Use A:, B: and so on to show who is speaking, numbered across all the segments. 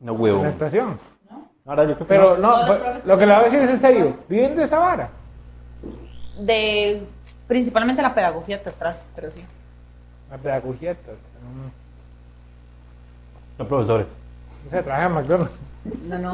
A: No
B: la
A: huevo.
B: actuación.
A: Ahora yo creo que
B: Pero
A: no.
B: no, pues,
C: Todos los profes
B: lo que le voy a decir es
C: son
B: en serio,
C: profesores.
B: viven de esa vara.
C: De principalmente la pedagogía teatral, pero sí.
B: La pedagogía. t- mm,
A: Los profesores.
B: O sea, trabaja en McDonald's.
C: No, no.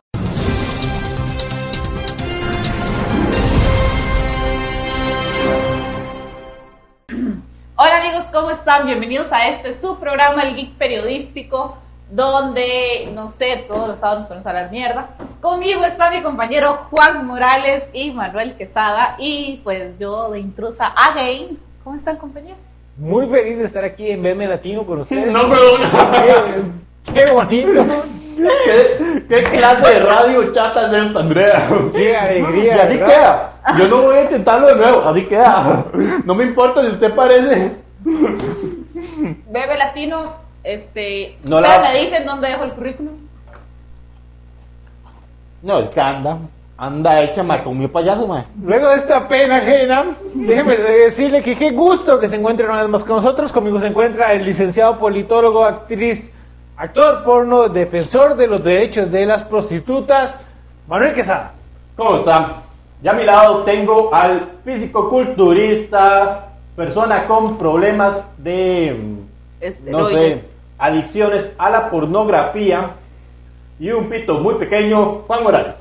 C: Hola amigos, ¿cómo están? Bienvenidos a este su programa, el Geek Periodístico, donde, no sé, todos los sábados nos ponemos a hablar mierda. Conmigo está mi compañero Juan Morales y Manuel Quesada, y pues yo de intrusa again. ¿Cómo están compañeros?
B: Muy feliz de estar aquí en BM Latino con ustedes.
A: No, perdón.
B: qué, qué bonito.
A: ¿Qué, qué clase de radio chata es esta, Andrea?
B: Qué alegría,
A: Y así
B: ¿verdad?
A: queda. Yo no voy a intentarlo de nuevo. Así queda. No me importa si usted parece.
C: Bebe Latino, este.
A: No
C: ¿ustedes
A: la-
C: me dicen dónde dejo el currículum?
A: No, es que anda. Anda hecha, ma, con mi payaso, ma.
B: Luego de esta pena ajena, déjeme decirle que qué gusto que se encuentre una vez más con nosotros. Conmigo se encuentra el licenciado politólogo, actriz, actor porno, defensor de los derechos de las prostitutas, Manuel Quesada.
A: ¿Cómo están? Ya a mi lado tengo al físico-culturista, persona con problemas de, no
C: Esteroides.
A: sé, adicciones a la pornografía y un pito muy pequeño, Juan Morales.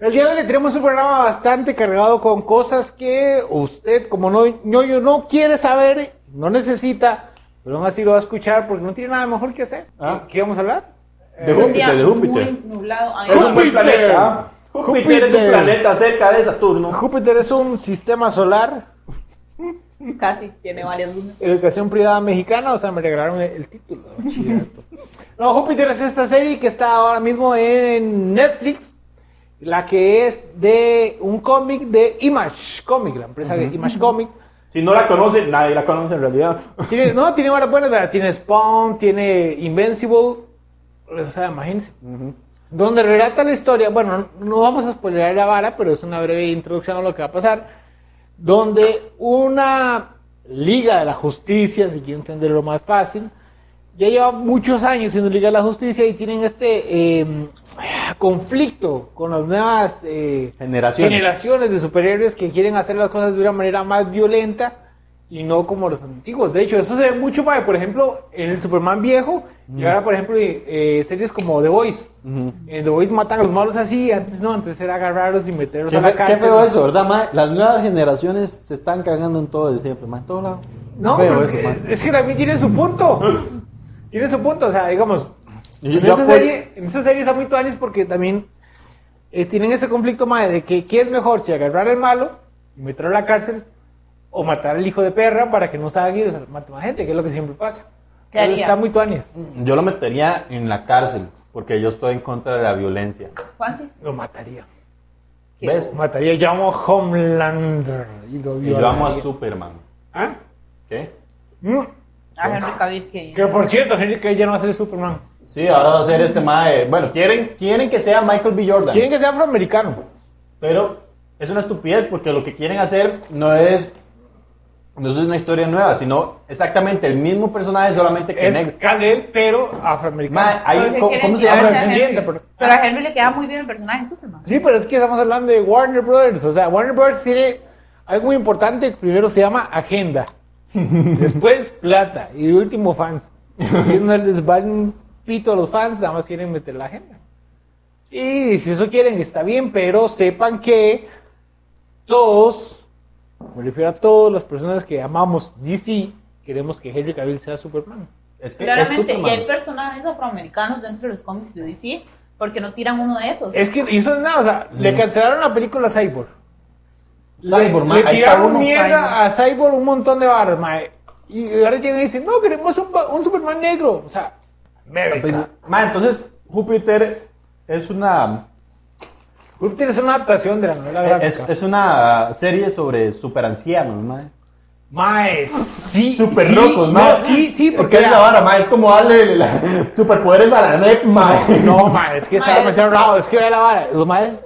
B: El día de hoy le tenemos un programa bastante cargado con cosas que usted, como no, ñoño, no quiere saber, no necesita, pero aún así lo va a escuchar porque no tiene nada mejor que hacer.
A: Ah.
B: ¿Qué vamos a hablar?
A: De
C: Un día
A: Júpiter, de Júpiter.
C: Muy nublado. Ay,
A: Es un buen
B: Júpiter.
A: planeta. ¿ah? Júpiter, es un
B: Júpiter.
A: planeta cerca de Saturno.
B: Júpiter es un sistema solar
C: Casi, tiene varias lunas.
B: Educación Privada Mexicana, o sea, me regalaron el, el título. de bachillerato. no, Júpiter es esta serie que está ahora mismo en Netflix, la que es de un cómic de Image Comic, la empresa de Image Comic.
A: Si no la conoce, nadie la conoce en realidad.
B: Tiene, no, tiene varias buenas, ¿verdad? tiene Spawn, tiene Invincible, o sea, imagínense. Donde relata la historia, bueno, no vamos a spoilear la vara, pero es una breve introducción a lo que va a pasar, donde una Liga de la Justicia, si quiero entenderlo más fácil, ya lleva muchos años siendo Liga de la Justicia y tienen este eh, conflicto con las nuevas eh,
A: Generaciones.
B: generaciones de superhéroes que quieren hacer las cosas de una manera más violenta y no como los antiguos. De hecho, eso se ve mucho más, por ejemplo, en el Superman viejo y ahora, por ejemplo, eh, series como The Voice.
A: Ujú.
B: En The Voice matan a los malos así, antes no, antes era agarrarlos y meterlos
A: Qué,
B: a la
A: fe- qué
B: cárcel.
A: feo eso, ¿verdad, ma? Las nuevas generaciones se están cagando en todo de siempre, ma. En todo lado.
B: No,
A: Feo
B: pero
A: eso,
B: es,
A: ma.
B: que, es que también tiene su punto. Tiene su punto, o sea, digamos,
A: Y yo
B: en, esa
A: apoyo-
B: serie, en esa serie está muy tuanis porque también eh, tienen ese conflicto más de que qué es mejor, si agarrar al malo y meterlo a la cárcel o matar al hijo de perra para que no salga y o sea, mate más gente, que es lo que siempre pasa.
C: ¿Qué haría?
B: Entonces, Está muy tuanis.
A: Yo lo metería en la cárcel, porque yo estoy en contra de la violencia.
C: Juancis.
B: Lo mataría.
C: ¿qué?
A: ¿Ves?
B: Mataría, yo amo a Homelander. Y lo
A: Y yo amo a
B: violaría.
A: Superman.
B: ¿Ah?
A: ¿Qué?
B: Mm.
C: A Ah, Henry Cavill que.
B: Que por cierto, Henry Cavill ya no va a ser Superman.
A: Sí, ahora va a ser este mae. Bueno, quieren, quieren que sea Michael B. Jordan.
B: Quieren que sea afroamericano.
A: Pero es una estupidez porque lo que quieren hacer no es no es una historia nueva, sino exactamente el mismo personaje solamente que
B: Es
A: negro.
B: Kalel, pero
A: Mae,
B: afroamericano.
A: ahí,
C: Porque
A: ¿cómo,
C: quieren
A: cómo se
C: llevarse
A: llama?
C: a Henry.
B: Afrodescendiente, pero-
C: Pero a Henry le queda muy bien el personaje de Superman.
B: Sí, pero es que estamos hablando de Warner Brothers. O sea, Warner Brothers tiene algo muy importante. que Primero se llama agenda. después plata. Y último fans. Y no les va un pito a los fans, nada más quieren meter la agenda. Y si eso quieren, está bien, pero sepan que todos, me refiero a todas las personas que amamos DC, queremos que Henry Cavill sea Superman.
A: Es que es
C: Claramente, y hay
A: Superman.
C: personajes afroamericanos dentro de los cómics de DC, porque no tiran uno de esos.
B: Es que hizo nada, o sea, le cancelaron la película Cyborg.
A: Cyborg,
B: le,
A: ma, ahí
B: le
A: está
B: tiraron
A: uno.
B: mierda a Cyborg un montón de barras, ma. Y ahora llegan y dicen, no, queremos un, ba- un Superman negro. O sea, América.
A: Mae, entonces Júpiter es una
B: Júpiter es una adaptación de la novela
A: es,
B: gráfica.
A: es una serie sobre superancianos, mae.
B: Mae, sí.
A: Super
B: sí,
A: locos,
B: no,
A: mae.
B: sí, sí,
A: porque
B: porque.
A: es la vara, mae, es como darle la- superpoderes a la NEP, mae.
B: No, ma, es que está
C: Mae,
B: demasiado
C: es-
B: raro. Es que vea la vara. Los maes,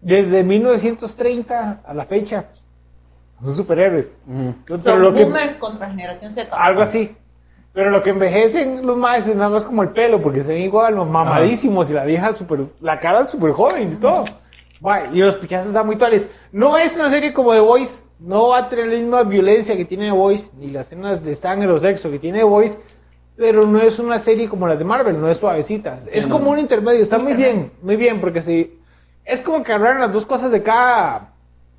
B: desde 1930 a la fecha, son superhéroes.
A: Ujú.
B: Pero
C: Son
B: lo que-
C: boomers contra generación Z.
B: algo así. Pero lo que envejecen los maes es nada más como el pelo, porque se ven igual, los mamadísimos, y la vieja súper, la cara súper joven y todo. Mae, y los pichazos están muy tales. No es una serie como The Voice, no va a tener la misma violencia que tiene The Voice, ni las escenas de sangre o sexo que tiene The Voice, pero no es una serie como las de Marvel, no es suavecita. Es
A: no.
B: como un intermedio, está muy bien, muy bien, porque si, es como que agarraran las dos cosas de cada,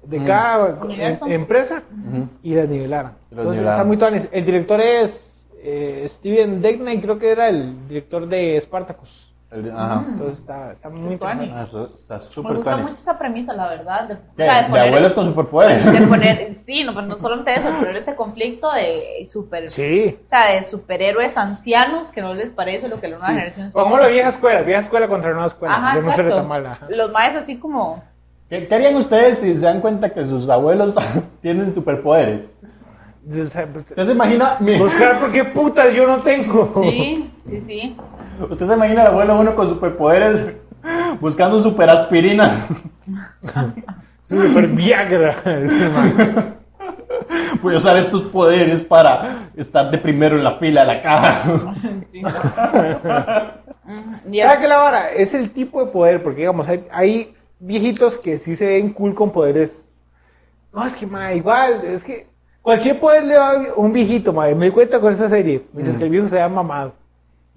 B: de
A: Mm.
B: cada
C: Universo.
B: em- empresa
A: Ujú.
B: y las nivelaran.
A: Y las
B: Entonces
A: nivelaran.
B: está muy tuanis. El director es eh, Steven Deckney, creo que era el director de Spartacus.
A: El- ajá.
B: Entonces está, está muy
C: Qué tuanis.
B: interesante.
A: Ah, eso está
C: Me
A: súper
C: gusta
A: tuanis.
C: mucho esa premisa, la verdad. De, o
A: ¿Qué?
C: sea, de
A: De
C: poner-
A: abuelos con superpoderes.
C: de poner- sí, no, pero no solamente eso, poner ese conflicto de super,
B: Sí.
C: o sea, de superhéroes ancianos que no les parece lo que la nueva
B: sí.
C: generación son.
B: Como la vieja escuela, vieja escuela contra nueva escuela.
C: Ajá,
B: de no ser
C: exacto.
B: tan mala. ajá.
C: Los maes así como
A: ¿Qué, qué harían ustedes si se dan cuenta que sus abuelos tienen superpoderes?
B: O sea, pues,
A: ¿Usted se imagina? mi-
B: Buscar por qué putas yo no tengo.
C: sí, sí, sí.
A: ¿Usted se imagina al abuelo uno con superpoderes buscando superaspirina?
B: Super Viagra. ese man.
A: Voy a usar estos poderes para estar de primero en la fila de la caja.
C: Sí. Mm, y el-
B: ¿Sabes qué Ah, la vara? Es el tipo de poder, porque digamos, hay, hay viejitos que sí se ven cool con poderes. No, es que, ma, igual, es que cualquier poder le va a un viejito, ma, me di cuenta con esa serie, mientras
A: Mm.
B: que el viejo se vea mamado.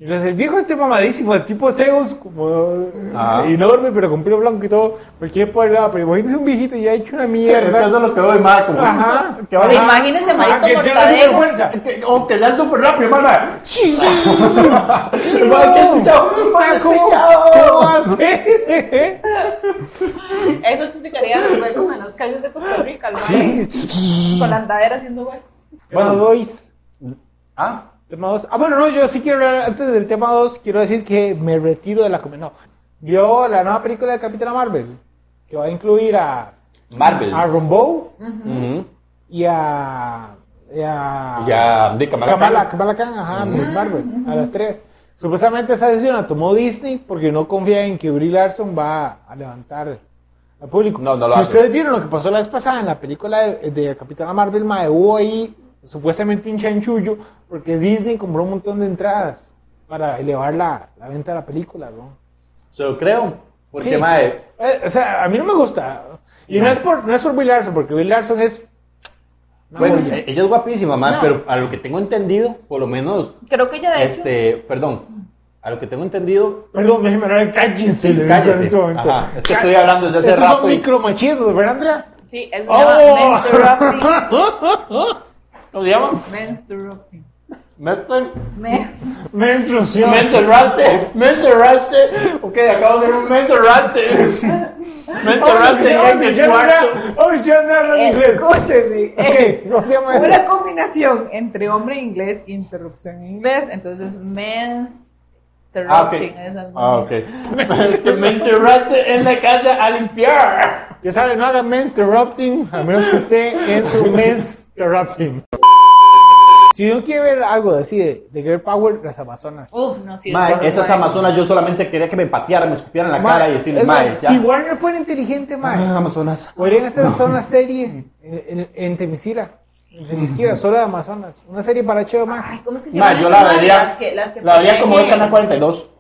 B: Mientras el viejo esté mamadísimo, el tipo Zeus, como eh,
A: Ajá.
B: enorme, pero con pelo blanco y todo, cualquier poder le va, pero imagínese un viejito ya hecho una mierda.
A: Eso es lo que veo de Marco.
B: Ajá.
A: Que vale.
C: Imagínese,
B: Ajá,
C: Marito
B: que tiene la
C: Mortadelo.
B: superfuerza.
A: Que- O que sea súper rápido, hermana.
B: No,
A: Mae,
B: ¿cómo,
A: ¿cómo-
B: ¿Cómo va a ser?
C: Eso explicaría los huecos en las calles de Costa Rica, el mae, con la andadera haciendo huecos.
B: Bueno, Dois.
A: Ah,
B: Tema dos. Ah, bueno, no, yo sí quiero hablar antes del tema 2. Quiero decir que me retiro de la comedia. No, vio la nueva película de Capitana Marvel, que va a incluir a,
A: Marvel.
B: a Rumbo
A: Ujú.
B: y a. y a.
A: Ya, de Kamala Khan.
B: Kamala, Kamala Khan, ajá, Miss Marvel, a las tres. Supuestamente esa decisión la tomó Disney porque no confía en que Brie Larson va a levantar al público.
A: No, no lo
B: si
A: hace.
B: ustedes vieron lo que pasó la vez pasada en la película de, de Capitana Marvel, mae, hubo ahí supuestamente un chanchullo porque Disney compró un montón de entradas para elevar la, la venta de la película, ¿no?
A: Se lo creo. Porque,
B: Sí.
A: mae,
B: Eh, o sea, a mí no me gusta. Y no,
A: No.
B: es por no es por Brie Larson, porque Brie Larson es... una
A: bueno,
B: joya.
A: eh, ella es guapísima, mae,
C: No.
A: pero a lo que tengo entendido, por lo menos,
C: Creo que ya de hecho
A: este, perdón, a lo que tengo entendido,
B: Perdón, déjeme hablar, cállense.
A: Sí,
B: le digo
A: cállese.
B: en este momento.
A: Ajá, es que estoy hablando desde hace
B: Esos
A: rato
B: son
A: y-
B: micromachismos, ¿verdad, Andrea?
C: Sí, es
B: ¡Oh!
C: menstruating.
A: ¿cómo se llama?
C: Menstruating.
A: Me estoy-
C: Menstru-
B: Menstruación.
A: Me encerraste, me encerraste. Ok, acabo de ser un me encerraste. Me encerraste en
B: Oye,
A: el
B: ya
A: cuarto.
B: Andrea- oye, ya Andrea habla en inglés.
C: Escúcheme. eh,
B: Ok, ¿cómo se llama
C: Una
B: eso?
C: combinación entre hombre e inglés e interrupción en inglés. Entonces, menstruating.
A: Ah, ok.
C: esas
A: Ah, ok. Es que me encerraste en la casa a limpiar.
B: Ya saben, no hagan menstruating, a menos que esté en su menstruating. Si uno quiere ver algo de así de, de Girl Power, las Amazonas.
C: Uf, no, sí.
A: Mae,
C: es
A: esas
C: bueno.
A: amazonas yo solamente quería que me patearan, me escupieran la
B: Ma,
A: cara y decirles,
B: es más,
A: mae, ya.
B: si Warner fuera inteligente,
A: Ah,
B: man,
A: Amazonas.
B: podrían hacer una serie en, en, en Temisira. En Temisquira, solo de Amazonas. Una serie para Cheo Max.
C: Ay, ¿Cómo es que se
A: Mae,
C: llaman
A: yo
C: esas
A: la
C: madres?
A: vería,
C: Las que- las que
A: la vería como de
C: protegen-
A: Canal 42.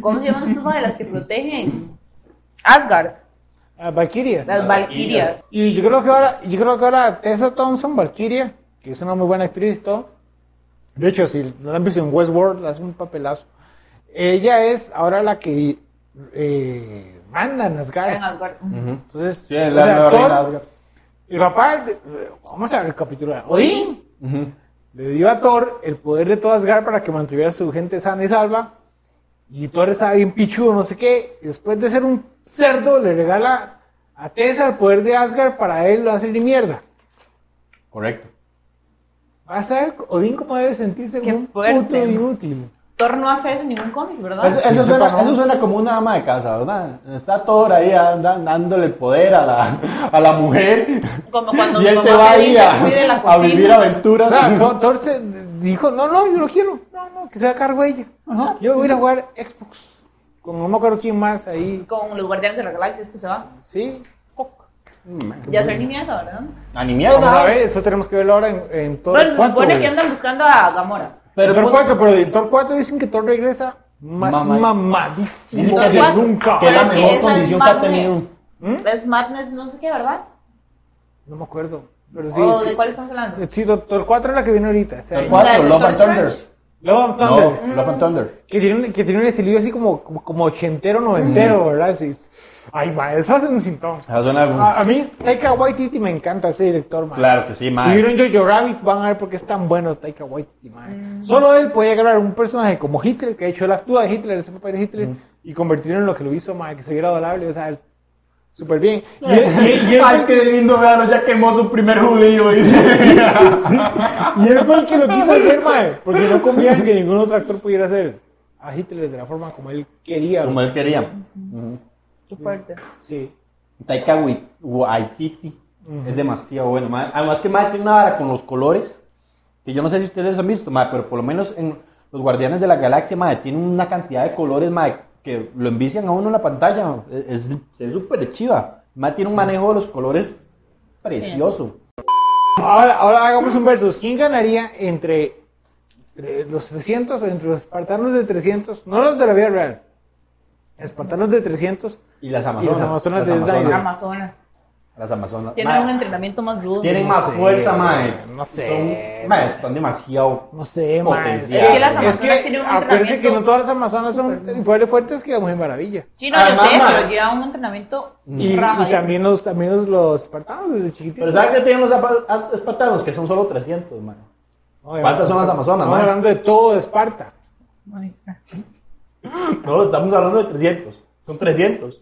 C: ¿Cómo se llaman esas madres? Las que protegen Asgard,
B: Valkyrias.
C: las Valkyrias.
B: Y yo creo que ahora, yo creo que ahora Tessa Thompson, Valkyria, que es una muy buena actriz y todo. De hecho, si no la han visto en Westworld, hace un papelazo. Ella es ahora la que eh, manda en
C: En
B: Asgard.
C: Asgard.
A: Ujú.
B: Entonces,
A: Sí, es
B: o
A: la
B: sea,
A: nueva
B: Thor-
A: reina Asgard.
B: el papá, de- vamos a recapitular. Odín
A: Ujú.
B: le dio a Thor el poder de todo Asgard para que mantuviera a su gente sana y salva. Y Thor estaba bien pichudo, no sé qué. Y después de ser un cerdo, le regala a Tessa el poder de Asgard para él lo hacer de mierda.
A: Correcto.
B: Vas a ver, Odín, cómo debe sentirse
C: Qué
B: como un
C: fuerte.
B: puto inútil.
C: Thor no hace eso en ningún cómic, ¿verdad?
A: Eso, eso
B: Que sepa,
A: suena,
B: ¿no?
A: eso suena como una ama de casa, ¿verdad? Está Thor ahí anda- dándole el poder a la, a la mujer.
C: Como cuando
A: y
C: mi
A: él
C: mamá
A: se va
C: me
A: ahí
C: dice,
A: a,
C: "Cuide la
A: a
C: cocina".
A: vivir
B: O
A: aventuras.
B: sea, Thor, Thor se dijo, no, no, yo no quiero. No, no, que se va a cargo ella.
A: Ajá.
B: Yo voy a ir a jugar Xbox. Con no me acuerdo quién más ahí.
C: Con los Guardianes de la Galaxia, es que se va.
B: Sí.
A: Mm,
C: Ya ser ni mierda, ¿verdad?
A: Ni
B: Vamos
A: mierda.
B: a ver, eso tenemos que verlo ahora en, en Thor.
C: Bueno, se
B: cuatro,
C: supone
B: güey.
C: que andan buscando a Gamora.
A: Pero pues,
B: Thor
A: pon-
B: 4, pero de Thor 4 dicen que Thor regresa más
A: Mamá.
B: mamadísimo
A: Dicen que
B: que
A: sí.
B: nunca.
A: que es la
C: Pero es que
A: mejor
C: esa es
A: condición que ha
C: madre.
A: tenido.
B: ¿Mm?
C: Es Madness, no sé qué, ¿verdad?
B: No me acuerdo. Pero sí,
C: ¿O
B: sí.
C: Oh, de cuál estás hablando?
B: Sí, Doctor 4 es la que viene ahorita. ese
A: Thor
B: año.
C: cuatro.
A: 4,
C: de
A: Love
C: Doctor
A: and Thunder.
C: Strange?
B: Love and Thunder.
A: No, Love and
C: Mm.
A: Thunder.
B: Que tiene, un- que tiene un estilillo así como, como, como ochentero,
A: Mm.
B: noventero, ¿verdad? Sí. Ay, ma, eso hace un sintoma.
A: Esas son algunas.
B: A, a mí, Taika Waititi me encanta ese director, man.
A: Claro que sí,
B: Si
A: madre.
B: vieron Jojo Rabbit, van a ver por qué es tan bueno Taika Waititi, man. Solo él podía grabar un personaje como Hitler, que de hecho él actúa de Hitler, ese papel de Hitler, y convertirlo en lo que lo hizo, man, que se viera adorable, o sea, él- súper bien. Y, él- y él- y él-
A: Ay, qué lindo, vean, ya quemó su primer judío. dice.
B: Y él fue el que lo quiso hacer, mae, porque no confiaba en que ningún otro actor pudiera hacer a Hitler de la forma como él quería.
A: Como él quería.
C: Qué fuerte.
B: Sí.
A: Taika Wai- Waititi es demasiado bueno. madre. Además que madre tiene una vara con los colores, que yo no sé si ustedes han visto, madre, pero por lo menos en Los Guardianes de la Galaxia, madre, tiene una cantidad de colores, madre, que lo envician a uno en la pantalla. E-, Es es- se ve súper chiva. Madre tiene un manejo de los colores precioso.
B: Ahora, ahora hagamos un versus. ¿Quién ganaría entre, entre los 300, entre los espartanos de 300, no los de la vida real, espartanos de 300?
A: Y las
B: las
A: Amazonas.
B: Amazonas de Snyder.
A: Amazonas.
C: Amazonas.
A: Las Amazonas.
C: Tienen
A: Madre,
C: un entrenamiento más duro.
A: tienen
B: No
A: más
B: sé,
A: fuerza, mae.
B: no sé,
A: Son,
B: no
A: mae,
B: sé.
A: están demasiado.
B: No sé, mae.
A: Potencial.
C: Es que las
A: Es
C: amazonas
B: Es que
C: tienen un
B: acuérdense
C: entrenamiento.
B: que no todas las amazonas son igual de fuertes que la Mujer Maravilla.
C: Sí, no, yo
A: Además,
C: sé,
A: ma-
C: pero lleva un entrenamiento
B: Mm. Y, y
C: raja.
B: también los también los, los espartanos desde chiquititos.
A: Mm. Pero ¿sabes qué tienen los apa- a- espartanos? Que son solo 300, mae.
B: No,
A: ¿Cuántas son las amazonas,
B: Estamos
A: mae?
B: hablando de todo Esparta.
A: No, estamos hablando de 300. Son 300.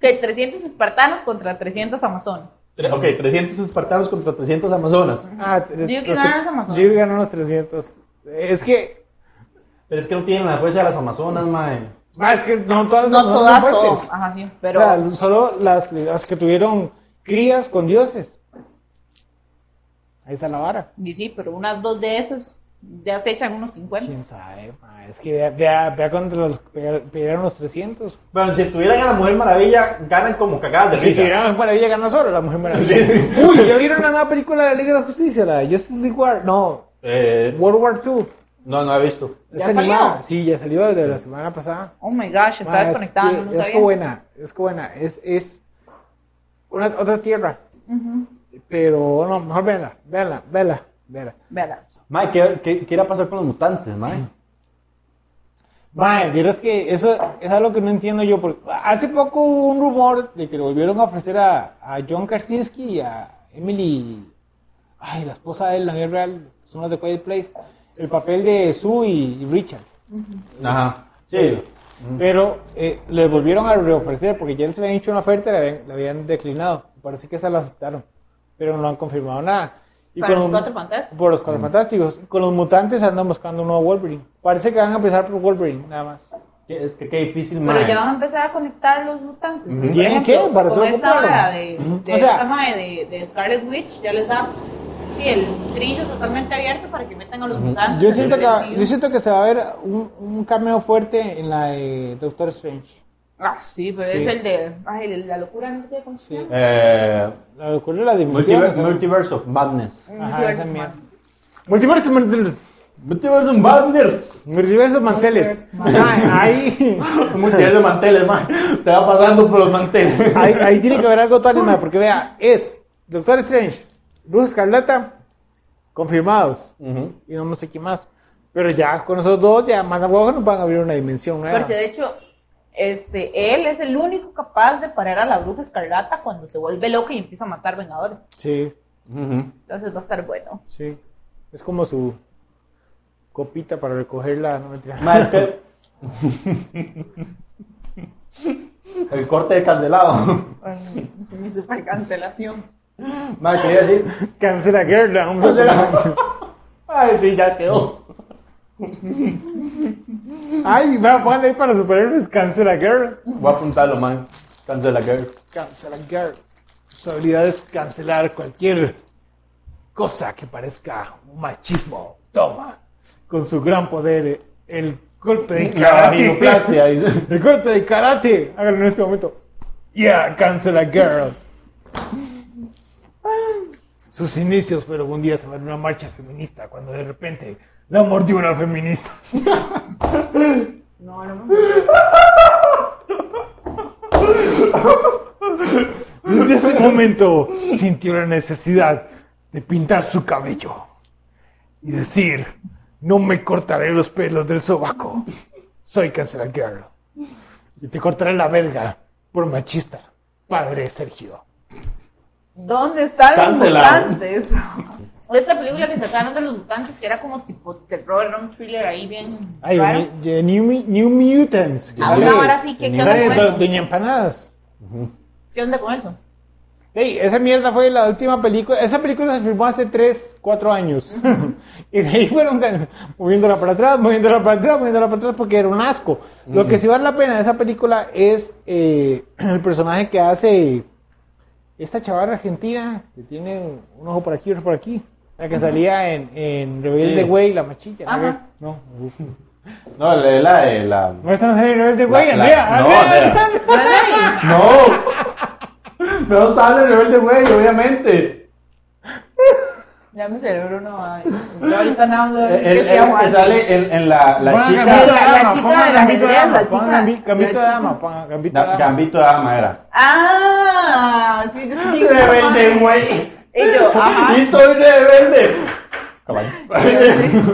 C: Que 300 espartanos contra 300 amazonas.
A: Tre- ok, 300 espartanos contra 300 amazonas.
B: Ah,
C: Digo que
B: los
C: ganan
B: tre-
C: las Amazonas.
B: Digo que ganan los 300. Es que,
A: Pero es que no tienen la fuerza de las amazonas, mae.
B: más que no todas las
C: No
B: Amazonas
C: todas
B: fuertes.
C: son. Ajá, sí. Pero
B: O sea, solo las, las que tuvieron crías con dioses. Ahí está la vara.
C: Y sí, pero unas dos de esos ya se echan unos 50.
B: Quién sabe, ma, es que vea, vea, vea cuando los pe- pelearon los 300.
A: Bueno, si tuvieran a la Mujer Maravilla, ganan como cagadas de
B: Si
A: risa.
B: tuvieron la Mujer Maravilla, gana solo la Mujer Maravilla.
A: Sí.
B: Uy, ¿ya vieron la nueva película de la Liga de la Justicia? La de Justice League War. No,
A: Eh,
B: World War II.
A: no, no he visto.
C: ¿Ya
B: Es
C: salió?
B: animada. Sí, ya salió desde la semana pasada.
C: Oh my gosh,
B: Ma,
C: estaba desconectada.
B: Es,
C: no
B: que, es que
C: sabía.
B: buena, es que buena, es, es una, otra tierra,
C: Ujú,
B: pero no, mejor véanla, véanla, véanla, véanla.
C: Véala.
A: Mae, ¿qué, qué, qué irá a pasar con los mutantes, mae?
B: Mae, vieras que eso es algo que no entiendo yo, porque hace poco hubo un rumor de que le volvieron a ofrecer a, a John Krasinski y a Emily, ay, la esposa de él, la vida real, son las de Quiet Place, el papel de Sue y Richard.
A: Ajá. Sí.
B: Pero eh, le volvieron a reofrecer porque ya les habían hecho una oferta y la habían, la habían declinado. Parece que esa la aceptaron, pero no han confirmado nada. Y
C: Para
B: con
C: los cuatro fantásticos.
B: Por los cuatro fantásticos. Y Con los mutantes andan buscando un nuevo Wolverine. Parece que van a empezar por Wolverine, nada más.
A: Qué- Es que qué difícil,
C: Pero
A: mae.
C: ya van a empezar a conectar los mutantes.
A: Ujú.
C: Por
B: ¿Tienen
C: ejemplo,
B: qué? Para
C: con
B: ser
C: esta
B: ocupados.
C: vara de, de
B: O sea-
C: esta madre de, de Scarlet Witch ya les da sí, el trillo totalmente abierto para que metan a los mutantes.
B: Yo
C: al
B: siento, que,
C: MCU.
B: yo siento que se va a ver un, un cameo fuerte en la de Doctor Strange.
C: Ah, sí, pero
B: Sí.
C: es el de. Ay, de la locura no sé qué cómo se
B: Sí.
C: llama.
A: Eh,
B: La locura de las dimensiones.
A: multiver-
B: ¿sabes?
A: Multiverse of Madness.
B: Ajá, esa mierda. Multiverso, multiverso,
A: Multiverse of Madness.
B: multiverso manteles. Ah, Ahí.
A: Multiverse de manteles, mae. Te va pasando por los manteles.
B: Ahí, ahí tiene que haber algo total, mae, porque vea, es Doctor Strange, Bruce Escarlata, confirmados,
A: Ujú.
B: y no sé qué más. Pero ya con esos dos, ya más a huevo nos van a abrir una dimensión nueva.
C: Porque de hecho, este, él es el único capaz de parar a la bruja escarlata cuando se vuelve loca y empieza a matar vengadores.
B: Sí,
A: Ujú.
C: Entonces va a estar bueno.
B: sí. Es como su copita para recogerla. No mentira.
A: Ma, es que- El corte de cancelado.
C: Mi super cancelación.
A: Ma, quería decir.
B: Cancela guerra. Vamos a
A: Cancela. Ay, sí, ya quedó.
B: poner- Ay, va, ponle ahí para superhéroes. Cancela guerra.
A: Voy a apuntarlo, man. Cancela girl.
B: Cancela guerra. Su habilidad es cancelar cualquier cosa que parezca un machismo. Toma. Con su gran poder, el golpe de
A: La vaginoplastia.
B: karate.
A: dice.
B: El golpe de karate. Háganlo en este momento. Yeah, cancela girl. Sus inicios fueron un día sobre una marcha feminista cuando de repente La mordió una feminista.
C: No, no, no.
B: Desde ese momento sintió la necesidad de pintar su cabello y decir, no me cortaré los pelos del sobaco. Soy Cancela Girl. Y te cortaré la verga por machista, padre Sergio.
C: ¿Dónde están
A: Cancelado.
C: los mutantes? Esta película que sacaron de los mutantes, que era como tipo terror, era un thriller ahí bien
B: Ay,
C: raro.
B: de New, Mi- New Mutants.
C: Ahora, ahora Ah, sí, ¿qué- qué onda
B: Sale
C: con eso?
B: Do- Doña Empanadas.
C: ¿Qué onda con eso?
B: Ey, esa mierda fue la última película. Esa película se filmó hace 3, 4 años. y de ahí fueron gan- moviéndola para atrás, moviéndola para atrás, moviéndola para atrás porque era un asco. Lo
C: Mm.
B: que sí vale la pena de esa película es eh, el personaje que hace esta chavala argentina que tiene un- un ojo por aquí y otro por aquí. La que salía en, en Rebelde
A: Sí.
B: Güey, la machilla. ¿no?
C: Ajá.
B: No, uf.
A: No, la de la. de la-
B: no esta no sale en Rebelde Güey.
A: La- la-
B: Andrea,
A: no, Andrea.
B: Andrea, Andrea.
C: ¿No es ahí?
A: ¡No! No sale el rebelde, güey, obviamente.
C: Ya mi cerebro no va. Yo ahorita nada más
A: El,
C: que
A: el- el
C: sea
A: que
C: Juan.
A: sale en, en la, la
B: Pongan
A: chica.
B: Gambito
C: La-
B: de
C: la
B: Dama,
C: chica
B: pongan
C: de la
B: Gambito de
C: ajedrez,
B: Dama,
C: la
B: pongan Gambi-
C: chica-
B: Gambito
C: la
B: de
C: chica.
B: Dama, pongan Gambito de
A: Da-
B: Dama.
A: Gambito de dama era.
C: Ah, sí, sí, sí.
A: Rebelde, güey.
C: Y yo, ajá.
A: Y soy rebelde. Caballo.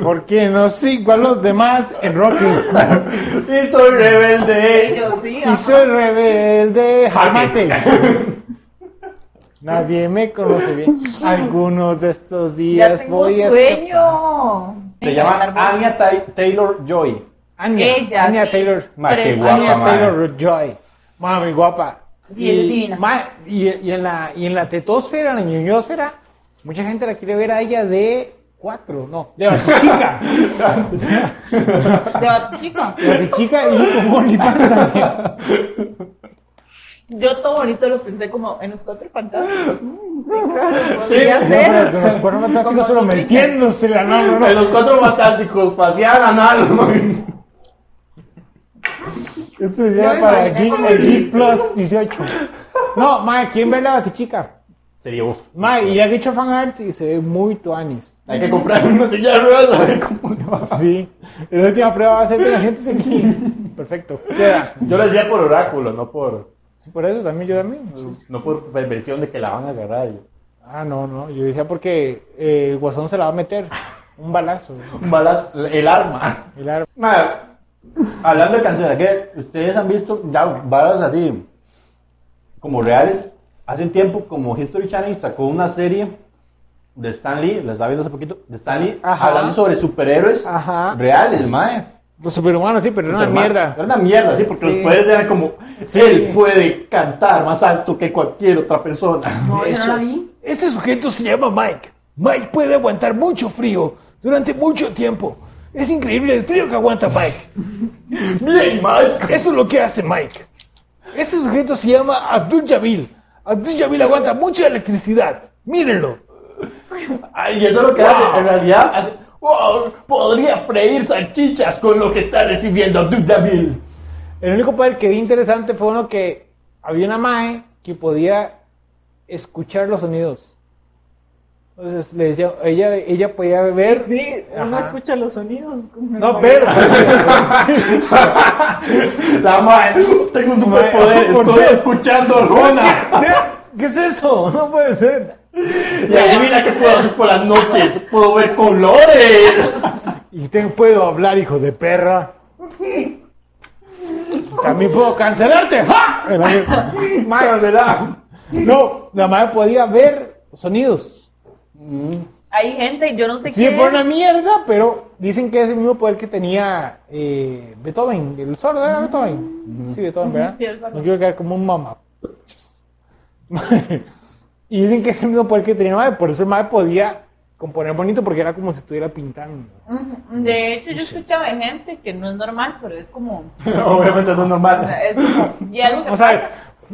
B: ¿Por qué no sigo a los demás en Rocky?
A: y soy
C: Y
A: rebelde.
C: yo, sí,
B: Y soy rebelde, jamate.
A: Jaque.
B: Nadie me conoce bien. Algunos de estos
C: Ya
B: días
C: tengo
B: voy a.
C: sueño.
A: Se llama Anya Ta- Taylor Joy.
B: Anya,
C: Ella,
B: Anya
C: sí.
B: Taylor.
A: Ma, qué
C: Preciosa.
A: guapa,
B: Anya
A: ma.
B: Taylor Joy. Mami, guapa.
C: Sí, es divina.
B: ma, y, y en la, y en la tetósfera, en la ñoñósfera, mucha gente la quiere ver a ella de cuatro, no, de chica.
C: De bat- chica.
B: de chica y con OnlyFans también.
C: Yo todo bonito lo pensé como en los cuatro fantasmas. Mm, sí,
A: Sí,
C: claro, podría
A: no,
B: No, pero
C: ser.
B: con los cuernos fantásticos, pero metiéndosela, no, no,
A: De
B: no.
A: los cuatro fantásticos, pasear anal. güey.
B: Esto ya
C: No,
B: para
C: imagínate.
B: Geek, el Geek Plus 18. No, ma, ¿quién ve la batichica?
A: Sería vos.
B: Ma, y ha hecho fanarts y se ve muy tuanis.
A: Hay que comprar una silla de ruedas a ver cómo le va.
B: Sí, la última prueba va a ser de la gente aquí. Perfecto, queda.
A: Yo lo decía por oráculo, no por
B: Sí, por eso también yo también.
A: no por perversión de que la van a agarrar.
B: Ah, no, no, yo decía porque eh, el guasón se la va a meter. Un balazo.
A: Un balazo, el arma.
B: El ar-
A: Nada, hablando de canciones, que ustedes han visto ya varias así como reales. Hace un tiempo, como History Channel sacó una serie de Stan Lee, la estaba viendo hace poquito, de Stan Lee,
B: Ajá.
A: hablando sobre superhéroes
B: Ajá.
A: reales, mae.
B: Los superhumanos sí, pero era una
A: Superman.
B: mierda.
A: Era una mierda, sí, porque
B: Sí.
A: los poderes eran como,
B: Sí.
A: él puede cantar más alto que cualquier otra persona.
C: No, yo no
B: Eso.
C: la vi.
B: Este sujeto se llama Mike. Mike puede aguantar mucho frío durante mucho tiempo. Es increíble el frío que aguanta Mike.
A: Bien, Mike.
B: Eso es lo que hace Mike. Este sujeto se llama Abdul Javil. Abdul Javil aguanta mucha electricidad. Mírenlo.
A: Ay, y eso es lo que hace, en realidad, hace, wow, podría freír salchichas con lo que está recibiendo Abdul Davil.
B: El único poder que vi interesante fue uno que había una mae que podía escuchar los sonidos. Entonces le decía, ella, ella podía ver.
C: Eh, Sí, uno
B: Ajá.
C: escucha los sonidos.
B: No, pero.
A: La madre, tengo un superpoder,
B: ¿Por
A: estoy
B: qué?
A: escuchando Rona.
B: ¿Qué es eso? No puede ser.
A: Y adivina qué puedo hacer por las noches, puedo ver colores.
B: Y te puedo hablar, hijo de perra. También puedo cancelarte. ¡Ja! El año- Madre, ¿verdad? No, la madre podía ver sonidos.
A: Mm.
C: Hay gente, yo no sé
B: Sí,
C: qué
B: fue una
C: es.
B: mierda, pero dicen que es el mismo poder que tenía eh, Beethoven. El sordo era Beethoven. Sí, Beethoven, ¿verdad?
C: Sí, el sordo.
B: No quiero quedar como un mamá. Y dicen que es el mismo poder que tenía la madre. Por eso la madre podía componer bonito porque era como si estuviera pintando.
C: Ujú, Mm, De hecho, yo he escuchado de gente que no es normal, pero es como.
A: Obviamente no es normal.
C: Es como. Y algo que
B: O
C: pasa.
B: sea,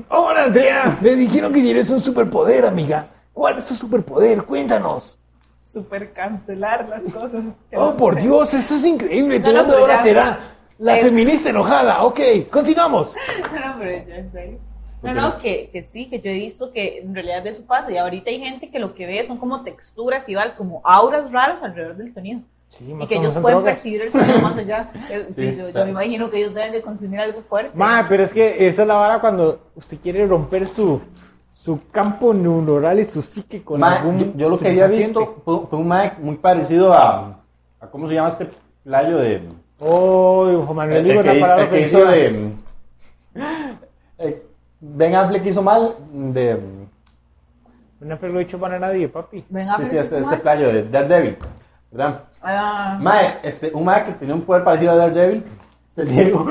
B: hola Andrea, me dijeron que tienes un superpoder, amiga. ¿Cuál es tu superpoder? Cuéntanos.
C: Super cancelar las cosas. que
B: Oh,
C: no
B: por
C: sé.
B: Dios, eso es increíble.
C: No,
B: ¿Tu
C: no,
B: nombre
C: pero
B: ahora
C: ya-
B: será la
C: Es-
B: feminista enojada? Ok, continuamos.
C: No, pero ya, en serio. No, no, que, que sí, que yo he visto que en realidad eso pasa. Y ahorita hay gente que lo que ve son como texturas y vals, como auras raras alrededor del sonido.
B: Sí,
C: y
B: más
C: que
B: como
C: ellos
B: son
C: pueden
B: drogas.
C: percibir el sonido más allá. Eh, Sí,
A: Sí,
C: yo, yo
A: claro.
C: me imagino que ellos deben de consumir algo fuerte.
B: Ma, pero es que esa es la vara cuando usted quiere romper su, su campo neuronal y su psique con
A: Ma,
B: algún.
A: yo, yo lo que había
B: estupefaciente.
A: visto fue, fue un Mike muy parecido a, a ¿Cómo se llama este playo de.
B: Oh, Juan Manuel,
A: El,
B: digo
A: el
B: una
A: Eh, que, hizo,
B: palabra
A: el que
B: que
A: hizo
B: decía.
A: de. eh, Ben Affleck hizo mal de.
B: Una pelo hecho para nadie, papi.
C: Venga,
A: Sí, sí,
C: pues,
A: este,
C: ma.
A: este playo de Daredevil, ¿verdad?
C: Ah,
A: Mae, este, un mae que tenía un poder parecido a Daredevil, se ciego.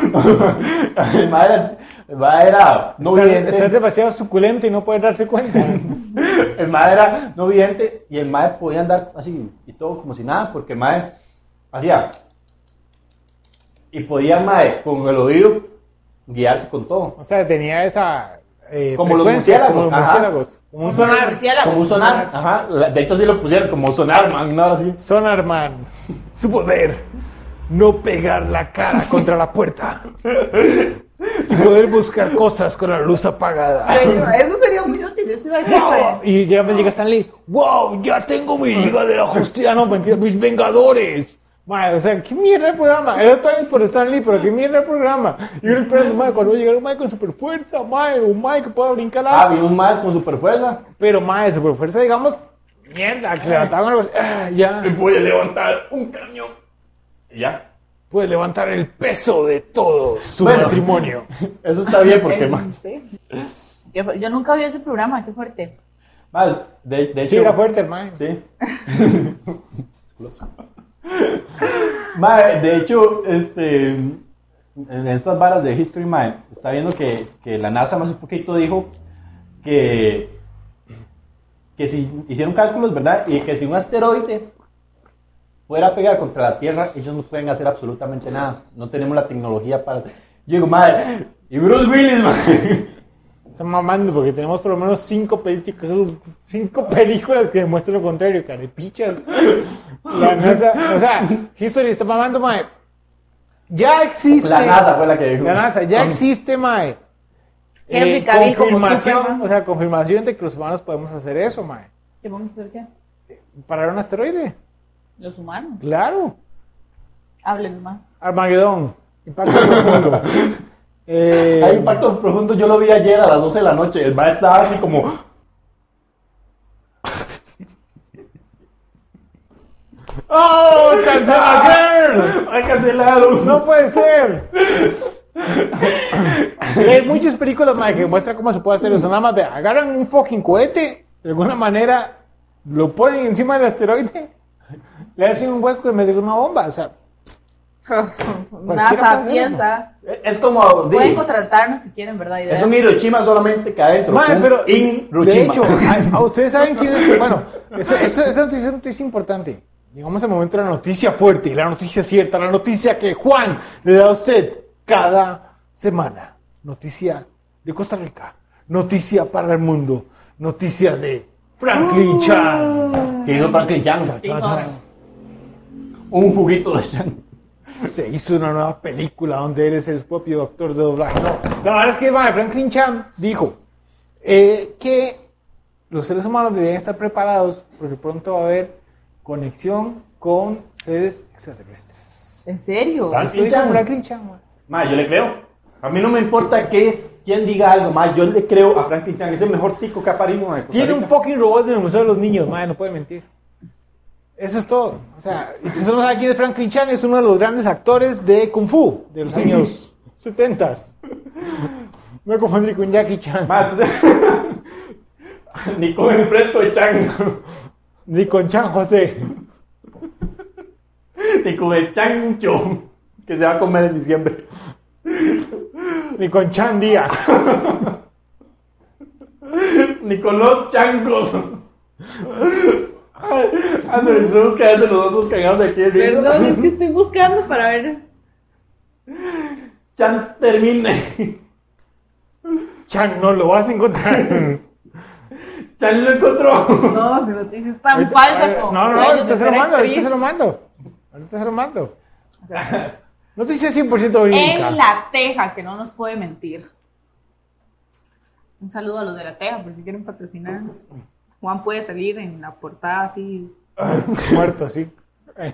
A: el mae era, el mae era no
B: Estás-
A: vidente.
B: estás demasiado suculento y no puedes darse cuenta.
A: El mae era no vidente y el mae podía andar así y todo como si nada, porque el mae hacía. Y podía el mae con el oído guiarse con todo.
B: o sea, tenía esa. eh,
A: Como los
B: frecuencia,
A: murciélagos,
B: Como los
A: ajá.
B: murciélagos. Como un
C: Como los
B: sonar.
C: murciélagos.
A: Como un sonar, ajá. la- De hecho, sí lo pusieron como un sonar, man, no, así.
B: Sonar Man. Su poder. No pegar la cara contra la puerta. Y poder buscar cosas con la luz apagada.
C: pero eso sería muy útil. Eso iba a decir, pues.
B: ¡Wow!
C: mae.
B: Y ya me llega Stanley, wow, ya tengo mi Liga de la Justicia, no, mentira, mis Vengadores. Madre, o sea, qué mierda de programa. Era Tony por Stanley, pero qué mierda de programa. Y uno esperando, madre, cuando va a llegar un madre con superfuerza, madre, un madre que pueda brincar
A: Ah,
B: la...
A: había un mae con super fuerza.
B: Pero madre, superfuerza, digamos, mierda, que levantaban algo así, ah, ya,
A: puede levantar un camión. Y ya.
B: puede levantar el peso de todo su
A: Bueno.
B: matrimonio.
A: Eso está bien porque,
C: Es-
A: ma-
C: sí. Qué fu- Yo nunca vi ese programa, qué fuerte.
A: Más, Ah, de, de
B: Sí,
A: hecho-
B: era fuerte el madre.
A: Sí. Mae, de hecho, este, en estas varas de History Mine, está viendo que, que la NASA más un poquito dijo que, que si hicieron cálculos, ¿verdad? Y que si un asteroide fuera a pegar contra la Tierra, ellos no pueden hacer absolutamente nada. No tenemos la tecnología para... Yo digo, madre, y Bruce Willis, mae.
B: Están mamando porque tenemos por lo menos cinco películas, cinco películas que demuestran lo contrario, carepichas. La NASA, o sea, History está mamando, mae. Ya existe.
A: La NASA fue la que dijo.
B: La NASA, ya existe, mae. Eh,
C: Henry Cavill como
B: confirmación,
C: Superman.
B: o sea, confirmación de que los humanos podemos hacer eso, mae.
C: ¿Qué vamos a hacer qué?
B: Parar un asteroide,
C: Los humanos.
B: claro.
C: Hablen más.
B: Armagedón, impacto profundo. Eh,
A: Hay un pacto profundo, yo lo vi ayer a las 12 de la noche. El va estaba así como.
B: ¡Oh, cancelación!
A: ¡Hay cancelado!
B: ¡No puede ser! Hay muchas películas mae, que muestran cómo se puede hacer eso. Nada más de agarran un fucking cohete, de alguna manera lo ponen encima del asteroide, le hacen un hueco y me dio una bomba. O sea, puede hacer
C: NASA
B: eso.
C: piensa.
A: Es como. di,
C: Pueden contratarnos si quieren, ¿verdad?
A: es un Hiroshima solamente que adentro.
B: mae,
A: un
B: pero de
A: Hiroshima.
B: hecho, a, a ustedes saben quién es. Bueno, esa, esa- esa noticia es una noticia importante. Llegamos al momento de la noticia fuerte, la noticia cierta, la noticia que Juan le da a usted cada semana. Noticia de Costa Rica, noticia para el mundo, noticia de Franklin Chan.
A: que hizo Franklin Yang.
B: Chan, chan.
A: Un juguito de Yang.
B: Se hizo una nueva película donde él es el propio doctor de doblaje. No, la verdad es que mae, Franklin Chan dijo eh, que los seres humanos deberían estar preparados porque pronto va a haber conexión con seres extraterrestres.
C: ¿En serio?
A: Claro.
B: Eso dijo
A: Chan.
B: Franklin Chan. mae.
A: Mae, yo le creo. A mí no me importa que quien diga algo, mae, yo le creo a Franklin Yang. Es el mejor tico que ha parido mae, de Costa
B: Pues Tiene un
A: Rica.
B: fucking robot en el Museo de los Niños, mae, no puede mentir. Eso es todo. O sea, y si usted no sabe quién es Franklin Chan, es uno de los grandes actores de Kung Fu de los años 70. Me confundí con Jackie Chan.
A: Mae, entonces. Ni con el fresco de Chang,
B: Ni con Chan José.
A: ni con el chancho que se va a comer en diciembre.
B: Ni con Chan Díaz.
A: Ni con los chancos. Ay, Andrés, se busca ese, nosotros cagados de aquí. de risa.
C: Perdón, es que estoy buscando para ver.
A: Chan termine.
B: Chan no lo vas a encontrar.
A: Chan lo encontró.
C: No, si noticias tan
B: Ahorita- eh,
C: falsa como.
B: No, no, no,
C: sueños de
B: ahorita se lo
C: ser
B: mando, ahorita
C: actriz.
B: se lo mando. Ahorita se lo mando. Noticia 100% verídica.
C: En La Teja, que no nos puede mentir. Un saludo a los de La Teja, por si quieren patrocinarnos. Juan puede salir en la portada así.
B: Muerto, sí. Eh.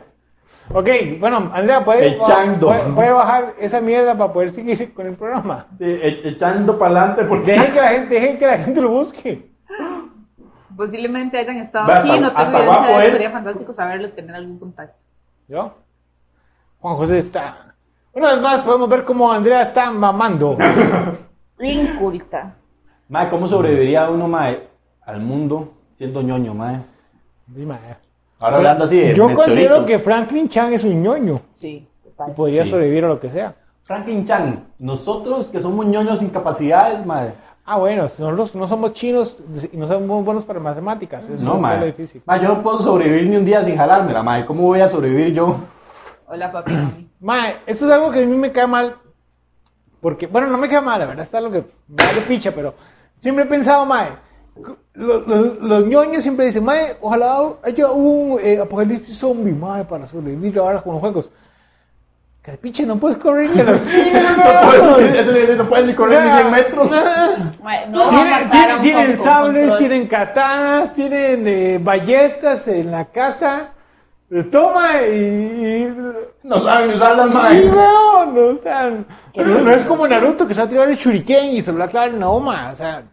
B: Ok, bueno, Andrea, ¿puede,
A: Echando.
B: puede- puede bajar esa mierda para poder seguir con el programa?
A: Sí, e- echando para adelante porque
B: Dejen que la gente, dejen que la gente lo busque.
C: Posiblemente hayan estado
A: Hasta-
C: aquí, no
A: hasta
C: tengo idea,
A: guapo
C: saber,
A: es.
C: sería fantástico saberlo, tener algún contacto.
B: ¿Yo? Juan José está... Una vez más podemos ver cómo Andrea está mamando.
C: Inculta.
A: Mae, ¿cómo sobreviviría uno, mae, al mundo siendo ñoño, mae?
B: Sí, mae.
A: Ahora hablando así de
B: Yo
A: meteoritos.
B: considero que Franklin Chan es un ñoño
C: Sí,
B: y
C: total.
B: podría
A: Sí.
B: sobrevivir a lo que sea.
A: Franklin Chan, nosotros que somos ñoños sin capacidades, mae.
B: Ah, bueno, si nosotros no somos chinos y no somos buenos para matemáticas. Eso
A: No,
B: es lo
A: mae.
B: difícil.
A: Mae, yo no puedo sobrevivir ni un día sin jalármela, mae. ¿Cómo voy a sobrevivir yo?
C: Hola, papi. mami.
B: Mae, esto es algo que a mí me cae mal. Porque, bueno, no me cae mal, la verdad, está lo que me vale picha, pero siempre he pensado, Mae. Los, los- los ñoños siempre dicen, Mae, ojalá haya un eh, apocalipsis zombie, Mae, para sobrevivir ahora con los juegos. Carapiche, no puedes correr ni a la esquina,
A: No
B: weón.
A: puedes, eso le dice, no puedes ni
B: O
A: correr
B: sea,
A: ni 100 metros.
B: ah.
C: Mae, No, va a
B: tienen
C: matar a
B: tienen-
C: un
B: tienen
C: con- con
B: sables,
C: control.
B: tienen katanas, tienen eh, ballestas en la casa. Eh, Toma y- y
A: No saben ni usarlas, mae.
B: Sí, weón, o sea, no, no es como Naruto que se va a tirar el shuriken y se lo va a clavar en la goma, o sea,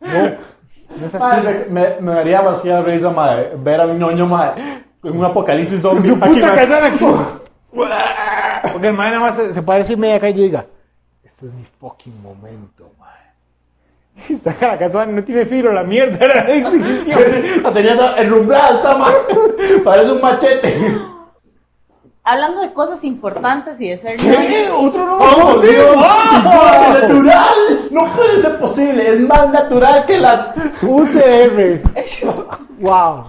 B: no, no es así.
A: Madre, me, me daría vacía risa, madre, ver a un ñoño, madre, en un apocalipsis zombie.
B: Su
A: Aquí,
B: puta
A: madre.
B: katana aquí. Porque el man nada más se, se parece y media calle y llega, este es mi fucking momento, man. Y saca la katana, no tiene filo, la mierda era de exhibición.
A: La tenía toda enrumbrada esa madre. Parece un machete.
C: Hablando de cosas importantes y de ser
B: ¿Qué?
C: ñoños,
B: ¿Otro nuevo
A: ¡Oh,
B: motivo?
A: Dios!
B: ¡Ah!
A: ¡Madre, natural! No puede ser posible. Es más natural que las.
B: UCR. Wow.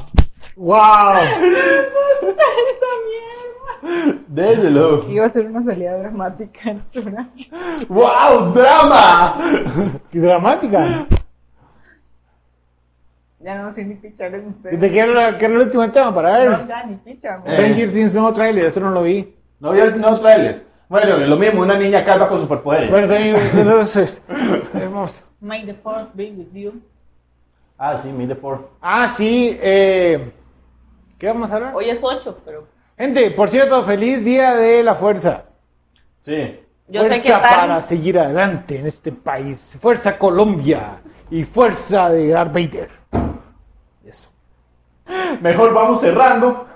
B: Wow.
A: Desde luego.
C: Iba a ser una salida dramática en tu programa.
A: ¡Wow! ¡Drama!
B: Qué dramática.
C: Ya no sé ni pichar en
B: ¿Y
C: ustedes.
B: te quiero qué Eh. era el último tema para ver?
C: No, ya ni picha, mae.
B: Stranger Things nuevo trailer, eso no lo vi.
A: ¿No vio el nuevo trailer? Bueno, lo mismo, una niña calva con superpoderes.
B: Bueno, también, entonces, hermoso.
C: May the fourth be with you.
A: Ah, sí, mide por.
B: Ah, sí, eh, ¿qué vamos a hablar?
C: Hoy es 8, pero
B: Gente, por cierto, feliz día de la fuerza.
A: Sí.
C: yo
B: fuerza
C: sé que tal.
B: para seguir adelante en este país. Fuerza Colombia y fuerza de Darth Vader. Eso.
A: Mejor vamos cerrando.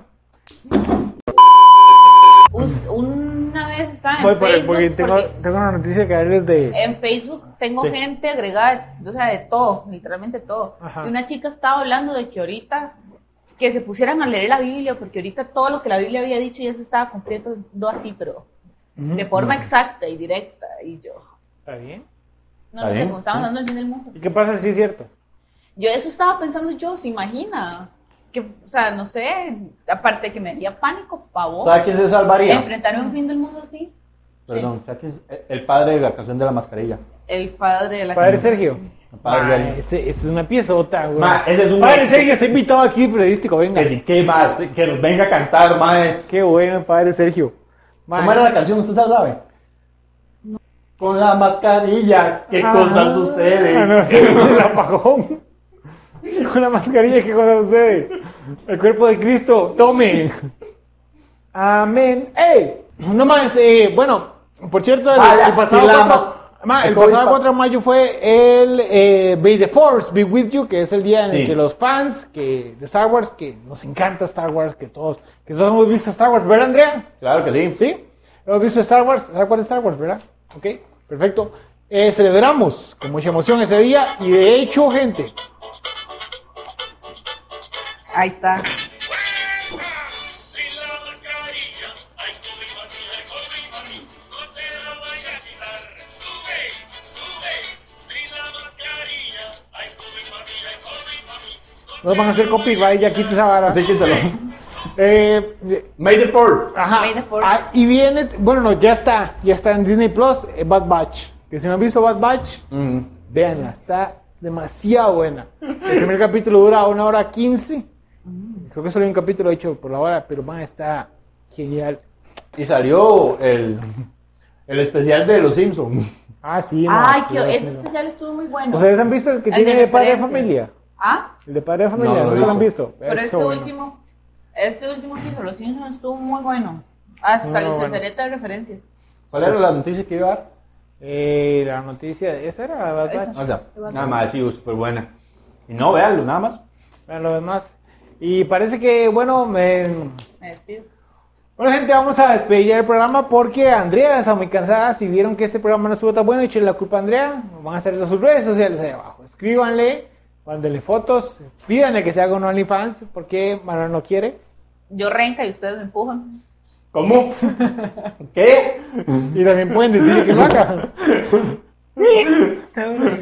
C: Us- Una vez estaba en
B: Voy por
C: Ah, Facebook.
B: el- porque tengo,
C: porque
B: tengo una noticia que darles de...
C: En Facebook tengo
A: Sí.
C: gente agregada, o sea, de todo, literalmente todo.
B: Ajá.
C: Y una chica estaba hablando de que ahorita que se pusieran a leer la Biblia, porque ahorita todo lo que la Biblia había dicho ya se estaba cumpliendo así, pero de
B: Mm.
C: forma exacta y directa. Y yo,
B: ¿Está bien?
A: Está
C: no, no sé,
A: bien,
C: como estaban
A: sí.
C: hablando el fin del mundo.
B: ¿Y qué pasa si es cierto?
C: Yo eso estaba pensando yo, se imagina. Que, o sea, no sé, aparte que me haría pánico, pavor,
A: ¿Sabes quién se salvaría?
C: enfrentarme a un fin del mundo así.
A: Perdón, ¿sabes quién es eh, el padre de la canción de la mascarilla?
C: El padre de la
B: Padre Sergio.
A: El padre
B: Ah,
A: de la-
B: ese- esa es una piezota, güey.
A: Ma, ese es un-
B: Padre Sergio está invitado aquí, periodístico, venga.
A: Que sí, qué mal, que nos venga a cantar, mae.
B: Qué bueno, padre Sergio. Ma,
A: ¿Cómo era la canción? ¿Usted la sabe? Con la mascarilla, qué
B: ah,
A: cosas
B: ah,
A: suceden. Eh,
B: no, sí, el apagón. Con la mascarilla, ¿qué cosa sucede? El cuerpo de Cristo, tomen. Amén. ¡Ey! No más, eh, bueno, por cierto, el,
A: Ma, la-
B: el pasado,
A: si la
B: cuatro-
A: mas-
B: ma, el
A: el COVID
B: pasado
A: pa-
B: 4 de mayo fue el eh, Be the Force, Be With You, que es el día en el
A: Sí.
B: que los fans que, de Star Wars, que nos encanta Star Wars, que todos, que todos hemos visto Star Wars, ¿verdad, Andrea?
A: Claro que sí.
B: ¿Sí? Hemos visto Star Wars, ¿sabes cuál es Star Wars, verdad? Ok, perfecto. Eh, celebramos con mucha emoción ese día y de hecho, gente,
C: Ahí está.
D: Sin la mascarilla, hay que combatir, hay combatir, no te la voy a quitar. Sube, sube, sin la mascarilla, hay que combatir, hay combatir,
B: nos van a hacer copyright, ya quita esa vara.
A: Así quítalo.
B: Eh, eh,
A: Made it for.
B: ajá.
C: May the fourth.
B: Ah, y viene, bueno, no, ya está, ya está en Disney Plus, eh, Bad Batch. Que si no han visto Bad Batch,
A: Mm.
B: véanla, está demasiado buena. El primer capítulo dura una hora quince. Creo que solo hay un capítulo hecho por la hora, pero más está genial.
A: Y salió el, el especial de Los Simpsons.
B: Ah, sí. ma,
C: Ay,
B: sí,
C: que
B: sí,
C: ese
B: sí.
C: especial estuvo muy bueno.
B: ¿Ustedes han visto el que
C: El de
B: tiene de padre de
C: referencia.
B: familia?
C: Ah,
B: El de padre de familia,
A: No,
B: ¿no
A: lo
B: lo,
A: he
B: han
A: visto.
B: visto?
C: pero
B: Es
C: este
B: que bueno.
C: último. Este último que hizo los Simpsons estuvo muy bueno. Hasta
B: Muy
C: la
B: bueno.
C: sereta de referencias.
A: ¿Cuál era la noticia que iba a dar? Ah,
B: Eh, la noticia, esa era Bad
C: Esa.
B: Batch.
A: O sea, nada más, sí, súper buena. Y no, véanlo, nada más.
B: Vean lo demás. Y parece que, bueno, me-
C: Me despido.
B: Bueno, gente, vamos a despedir ya el programa porque Andrea está muy cansada. Si vieron que este programa no estuvo tan bueno, echen la culpa a Andrea. Van a estar en sus redes sociales ahí abajo. Escríbanle, mándele fotos, pídanle que se haga un OnlyFans porque Manuel no quiere.
C: Yo renca y ustedes me empujan.
A: ¿Cómo? ¿Qué?
B: Y también pueden decirle que lo haga.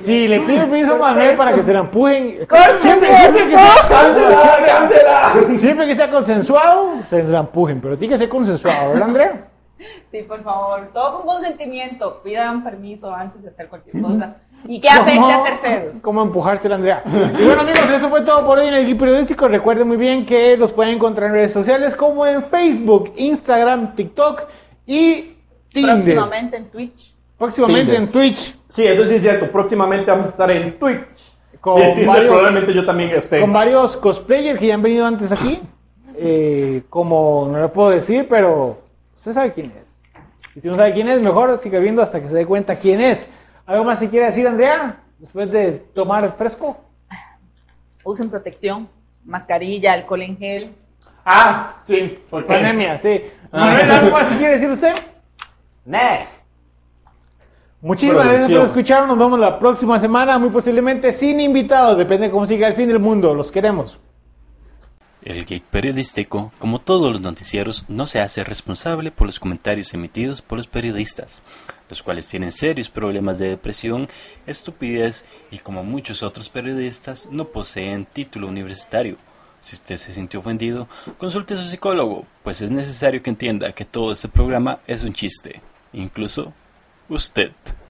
B: Si le piden permiso a Manuel para que se la empujen, siempre, siempre que sea, siempre que sea consensuado, se la empujen. Pero tiene que ser consensuado, ¿verdad, Andrea?
C: Sí, por favor, todo con consentimiento. Pidan permiso antes de hacer cualquier cosa. Y que afecte a terceros.
B: Cómo empujársela, Andrea. Y bueno, amigos, eso fue todo por hoy en el Geek Periodístico. Recuerden muy bien que los pueden encontrar en redes sociales como en Facebook, Instagram, TikTok y Tinder. Próximamente,
C: Próximamente en Twitch.
A: Tinder.
B: en Twitch.
A: Sí, eso sí es cierto. Próximamente vamos a estar en Twitch.
B: Con
A: y en Tinder
B: varios-
A: probablemente yo también esté.
B: Con varios cosplayers que ya han venido antes aquí. Eh, como no lo puedo decir, pero usted sabe quién es. Y si no sabe quién es, mejor siga viendo hasta que se dé cuenta quién es. ¿Algo más que quiere decir, Andrea? Después de tomar fresco.
C: Usen protección, mascarilla, alcohol en gel.
A: Ah, sí. ¿por qué?
B: Pandemia, sí.
A: Ah.
B: Manuel, ¿algo más que quiere decir usted?
A: Nah.
B: Muchísimas gracias por
A: Producción.
B: escucharnos. Nos vemos la próxima semana, muy posiblemente sin invitados. Depende de cómo siga el fin del mundo. Los queremos.
E: El Geek Periodístico, como todos los noticieros, no se hace responsable por los comentarios emitidos por los periodistas, los cuales tienen serios problemas de depresión, estupidez y como muchos otros periodistas no poseen título universitario. Si usted se sintió ofendido, consulte a su psicólogo, pues es necesario que entienda que todo este programa es un chiste, incluso usted.